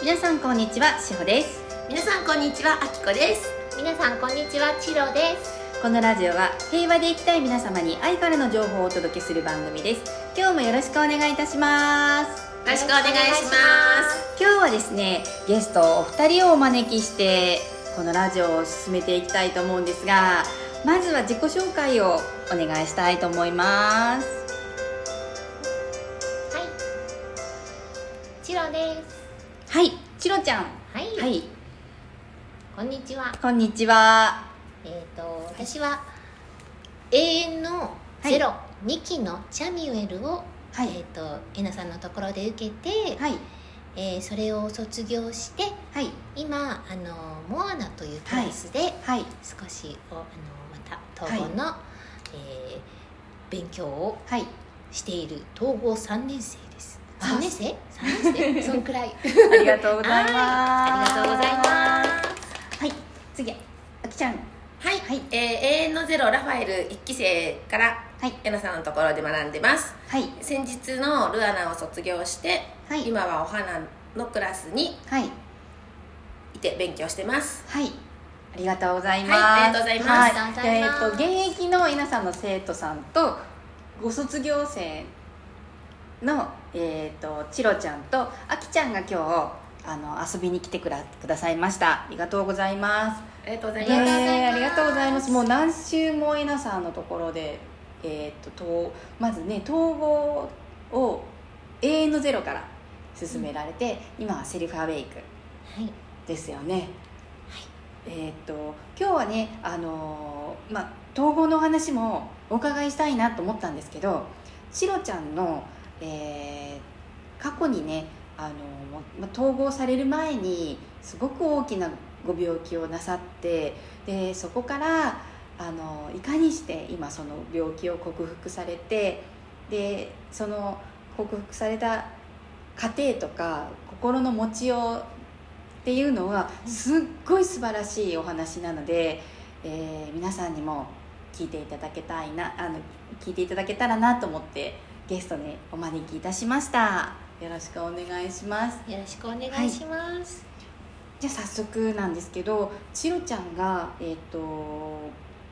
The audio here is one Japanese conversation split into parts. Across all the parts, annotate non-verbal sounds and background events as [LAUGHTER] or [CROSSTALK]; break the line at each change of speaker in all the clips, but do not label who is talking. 皆さんこんにちはしほです
皆さんこんにちはあきこです
皆さんこんにちはチロです
このラジオは平和で生きたい皆様に愛からの情報をお届けする番組です今日もよろしくお願いいたします
よろしくお願いします
今日はですねゲストお二人をお招きしてこのラジオを進めていきたいと思うんですがまずは自己紹介をお願いしたいと思います
はいチロです
はいチロちゃん
はい、
はい
こんにちは
こんにちは
えっ、と私は永遠のゼロ、二2期のチャミウェルを、
はい
えっ、とえなさんのところで受けて、
はい
えーそれを卒業して
はい
今あのモアナというクラスで、
はい
少しおあのまた統合の、えー勉強を
はい
している統合3年生です
あ
3年生 ?3 年生
[LAUGHS]
そんくらい
ありがとうございます
ありがとうございます
はい次あきちゃん
はい、
はい
えー永遠のゼロラファエル1期生から
はい
えなさんのところで学んでます
はい
先日のルアナを卒業して、
はい
今はお花のクラスに
はい
いて勉強してます
はいありがとうございます、
はいありがとうございます
は
あり
え
が
っ、
とう
と
ご
現
ざ
役の皆さんの生徒さんとご卒業生のえっ、とチロちゃんとあきちゃんが今日あの遊びに来てくらくださいましたありがとうございます
ありがとうござい
が
ま
とうございま
す
す
ねえありがとうございますもう何週も皆さんのところで、えー、と統まずね統合を永遠のゼロから進められて、今はセルフアウェイク
はい
ですよね、えっ、と今日はねあのーまあ統合のお話もお伺いしたいなと思ったんですけどシロちゃんの、えー過去にねあのーもまあ統合される前にすごく大きなご病気をなさってでそこからあのーいかにして今その病気を克服されてでその克服された過程とか心の持ちようっていうのはすっごい素晴らしいお話なので、えー皆さんにも聞いていただけたいなあの聞いていただけたらなと思ってゲストにお招きいたしましたよろしくお願いします
よろしくお願いします、
じゃあ早速なんですけどチロちゃんがえっ、と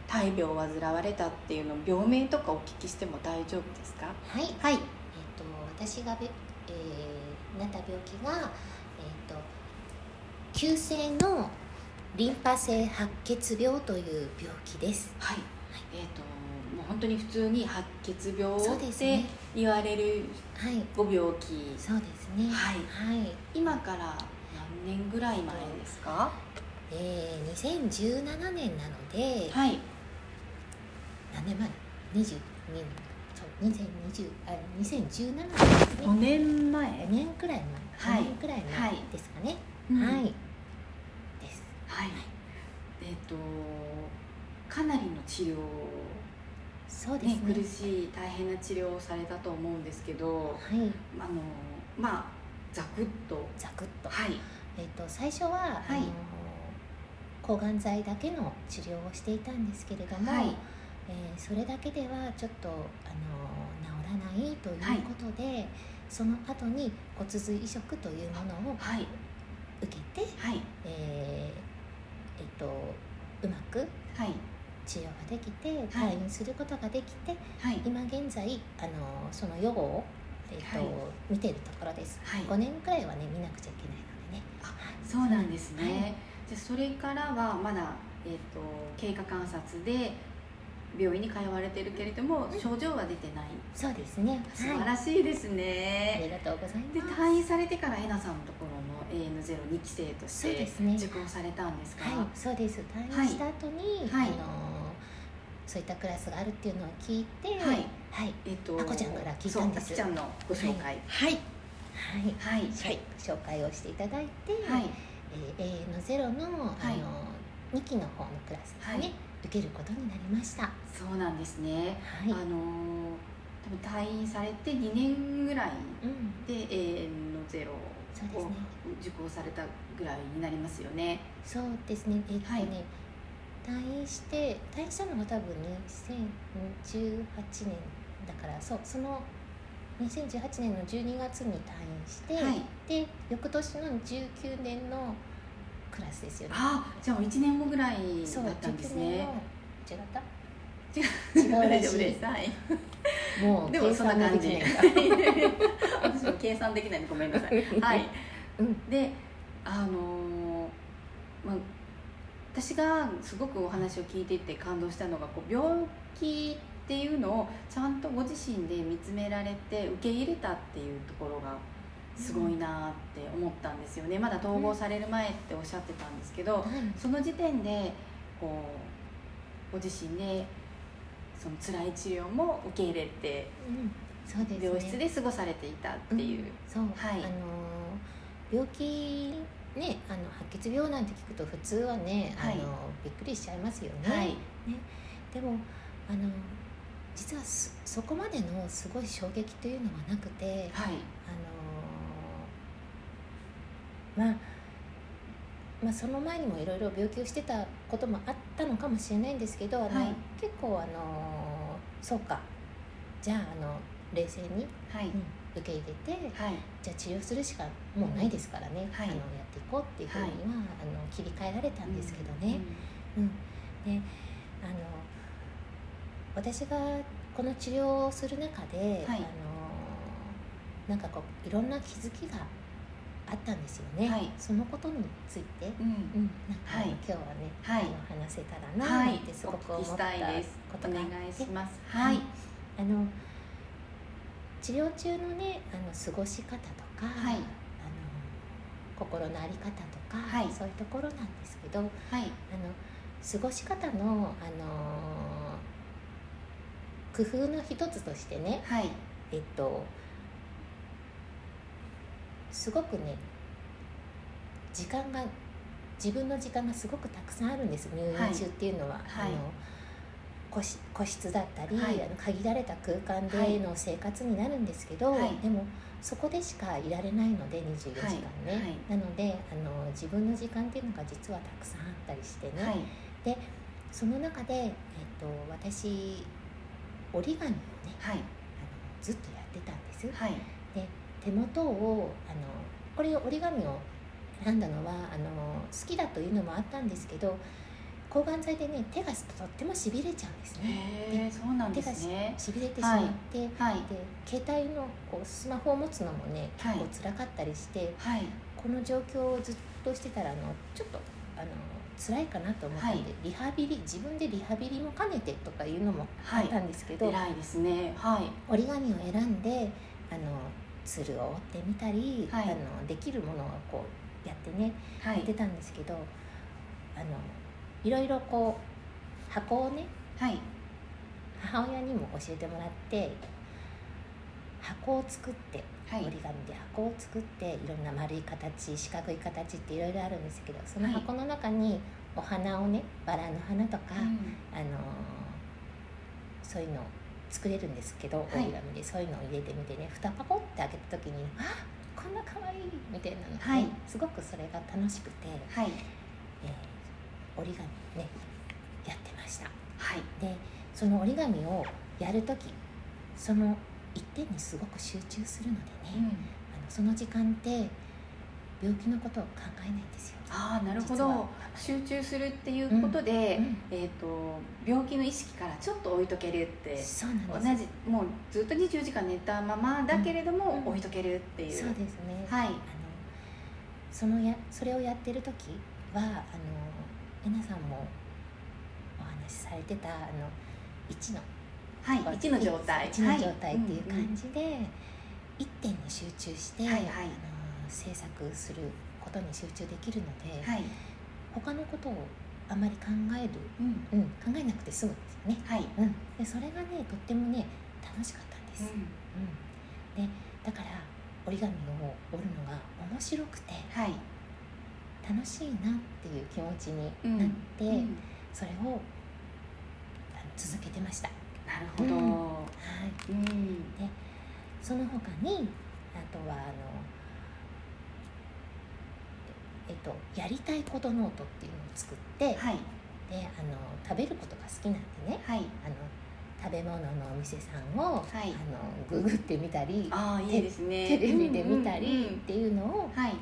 大病を患われたっていうの病名とかお聞きしても大丈夫ですか
はい、えっ、
はい
と私がべ、えー、なった病気がえっ、と急性のリンパ性白血病という病気です
はいえっ、ともう本当に普通に白血病
そう
っ
です
て
ね
言われる
はい
ご病気
そうですね
はい
はい
今から何年ぐらい前ですか
えー、2017年なので、
はい
何年前22そう2020あ2017年ですね
5年
5
前
年くらい前、
はい
5年くらい
は
前
い
ですかね、
うん
はい、
はい
です
えっ、とかなりの治療を
そうです
ね
ね
苦しい大変な治療をされたと思うんですけど
はい
あのまあざくっと
ザクッと,、
はい
えっと最初は、
い
あの抗がん剤だけの治療をしていたんですけれども、
はい
えーそれだけではちょっとあの治らないということで、その後に骨髄移植というものを
はい
受けて、
はい
えーえっとうまく
はい
治療ができて退院することができて、
はい
今現在あのその予後を、えっと
はい
見ているところです
はい
5年くらいはね見なくちゃいけないのでね
そうなんですね、
はい
じゃあそれからはまだ、えー、と経過観察で病院に通われてるけれども、症状は出てない
そうですね
素晴
はい、
らしいです
あり
ね、
がとうござい
で
ます
退院されてからえなさんのところの AN02 期生とし
そうで
て
すね
受講されたんですか
はいそうです退院した後に、
はい
あのそういったクラスがあるっていうのを聞いて
はい
はい、
えっ、と
あこちゃんから聞いたんで
そうあき
す
ちゃんのご紹介
は
は
い
い
はい
はい
紹介をしていただいて、
はい
えー、永遠のゼロの,、
はい
あの2期の方のクラスです
は
ね、
い
受けることになりましたは
そうなんですね、
い、
あのー多分退院されて2年ぐらい
うん、
で AN のゼロ
そうです
を
ね
受講されたぐらいになりますよね
そうですねえっとね、
はい
退院して退院したのが多分2018年だからそうその2018年の12月に退院して、
はい
でで翌年の19年のクラスですよね
あじゃあもう1年後ぐらい
そう
だったんです
19年
ね
の違った
違 [LAUGHS]
う
大丈夫です、はい、
もう
でもそんな感じ
計算もできない
[LAUGHS] 私も計算できないんでごめんなさいはい、
うん
であのーまあ、私がすごくお話を聞いてて感動したのがこう病気っていうのをちゃんとご自身で見つめられて受け入れたっていうところがすごいなって思ったんですよね、まだ統合される前っておっしゃってたんですけど、
はい
その時点でこうご自身でその辛い治療も受け入れて
うんそうですね
病室で過ごされていたっていう、
んそう、
はい
あのー病気ねあの白血病なんて聞くと普通はね、
はい
あのーびっくりしちゃいますよね、
はい
でもあのー実はそそこまでのすごい衝撃というのはなくて
はい
あのーまあまあ、その前にもいろいろ病気をしてたこともあったのかもしれないんですけど、あの
はい
結構あのーそうかじゃああの冷静に
はい
受け入れて
はい
じゃあ治療するしかもうないですからね、
はい
あのやっていこうっていうふうには、あの切り替えられたんですけどね、うんであの私がこの治療をする中で、
はい
あのなんかこういろんな気づきがあったんですよね、
はい
そのことについて、
うん、うん
うんなんか、
はい
今日はね、
はい
あの話せたらな
は
ないんてすごく
お聞
思
き
った
し
ことが
たい
あ
です
っ
お願い
て
しますはい
あの治療中のねあの過ごし方とか、
はい
あの心の在り方とか、
はい
そういうところなんですけどあの
はい
過ごし方の、あの工夫の一つとしてね
はい
えっとすごくね時間が自分の時間がすごくたくさんあるんです入
はい
院中っていうのは、
はい
あの個室個室だったり、
はい
あの限られた空間
はい
での生活になるんですけど、
はい
でもそこでしかいられないので24時間ね、
はい
なのであの自分の時間っていうのが実はたくさんあったりしてね、
はい
その中で、えっと、私折り紙をね
はい
あのずっとやってたんです。
はい
手元をあのこれ折り紙を選んだのはあの好きだというのもあったんですけど抗がん剤でね手がとってもしびれちゃうんですね
へえそうなんですね
しびれてしまって、
はい
で携帯のこうスマホを持つのもね
はい
結構辛かったりして、
はい
この状況をずっとしてたらあのちょっとあの辛いかなと思って、
はい
リハビリ自分でリハビリも兼ねてとかいうのも
は
あった
い
んですけど、
偉いですねはい
折り紙を選んであのつるを折ってみたり、
はい
あのできるものをこうやってね
は
やって
い
たんですけど、あのいろいろこう箱をね
はい
母親にも教えてもらって箱を作って
はい
折り紙で箱を作っていろんな丸い形四角い形っていろいろあるんですけどその箱の中にお花をねバラの花と
う
か、
ん
あのーそういうの作れるんですけど
い
折り紙でそういうのを入れてみてね、蓋パコって開けた時にあこんな可愛いみたいなのが
は
ね、
い
すごくそれが楽しくて、
はい
えー折り紙ねやってました
はい
でその折り紙をやる時その一点にすごく集中するのでね、あのその時間って病気のことを考えないんですよ
ああなるほ
実は
ど集中するっていうことで、えー、と病気の意識からちょっと置いとけるって
うんそうなん
同
です
じもうずっと24時間寝たままだけれども、
うん
置いとけるっていう
そうですね、
はい
あのそのやそれをやってる時はあのえなさんもお話しされてたあの1の
はい
こう
1の状態
一の状態っていう感
じ
じで、一点に集中して、
はいはい
あの制作することに集中できるので、
はい、
他のことをあまり考える、
うん
うん、考えなくて済むんですよね、
はい
うん、でそれがねとってもね楽しかったんです、
うん
うん、でだから折り紙を折るのが面白くて
はい
楽しいなっていう気持ちになって、
うん
それをあの続けてました、
な
は
るほど、う
う
ん
んい、その他にあとはあのえっと、やりたいことノートっていうのを作って、で
はい
あの食べることが好きなんでね
はい
あの食べ物のお店さんを、
はい
あのググってみたり
ああいいですね
テレビで見た
うんうん
り
うん
っていうのを
はい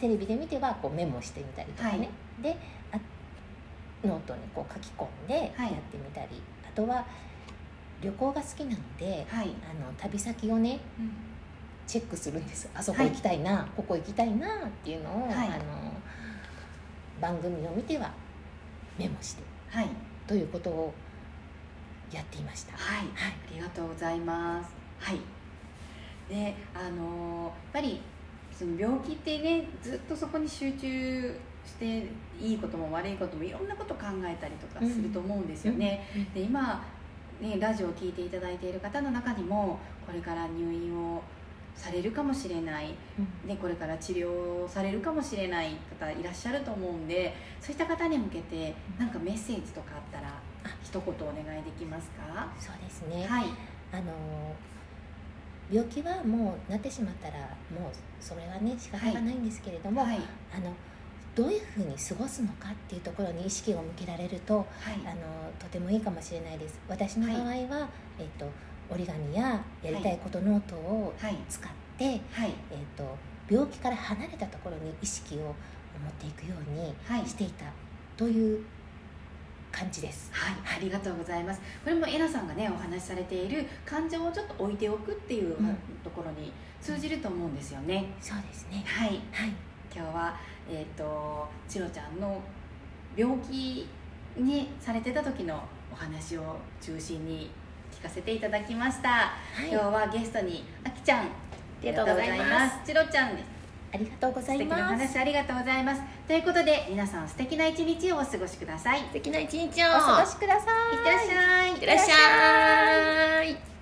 テレビで見てはこうメモしてみたりとかね、
はい
であノートにこう書き込んでや
はい
ってみたり、あとは旅行が好きなので、
はい、
あの旅先をね
うん
チェックするんですあそこ行きたいな、ここ行きたいなっていうのを、
はい
あの番組を見てはメモして
はい
ということをやっていました。
はい
はい
ありがとうございます。はい。で、あのーやっぱりその病気ってね、ずっとそこに集中していいことも悪いこともいろんなこと考えたりとかすると思うんですよね。
うんうん
で、今ねラジオを聞いていただいている方の中にもこれから入院をされるかもしれないね、これから治療をされるかもしれない方いらっしゃると思うんでそういった方に向けてなんかメッセージとかあったら一言お願いできますか
そうですね、
はい
あの病気はもうなってしまったらもうそれはね仕方がないんですけれども、
はい
あのどういうふうに過ごすのかっていうところに意識を向けられると
はい
あのとてもいいかもしれないです私の場合は、
は
えっと、折り紙ややりたいことノートを
はい
使って、えっ
はい
と、病気から離れたところに意識を持っていくよう
はい
にしていたという感じです。
はい、ありがとうございます。これもえなさんがねお話しされている感情をちょっと置いておくっていう
うん
ところに通じると思うんですよね。
そうですね、
はい、
はい
今日はえっ、とチロちゃんの病気にされてた時のお話を中心に聞かせていただきました。
はい
今日はゲストにあきちゃんあ
りがとうございま
り
す
がとうすチロちゃんです
ありがとうござ
素
い
敵なお
ます。
話ありがとうございますということで皆さん素敵な一日をお過ごしくださいいっ
素敵な一日を
お過ごしください。
てらっしゃい
いってらっしゃい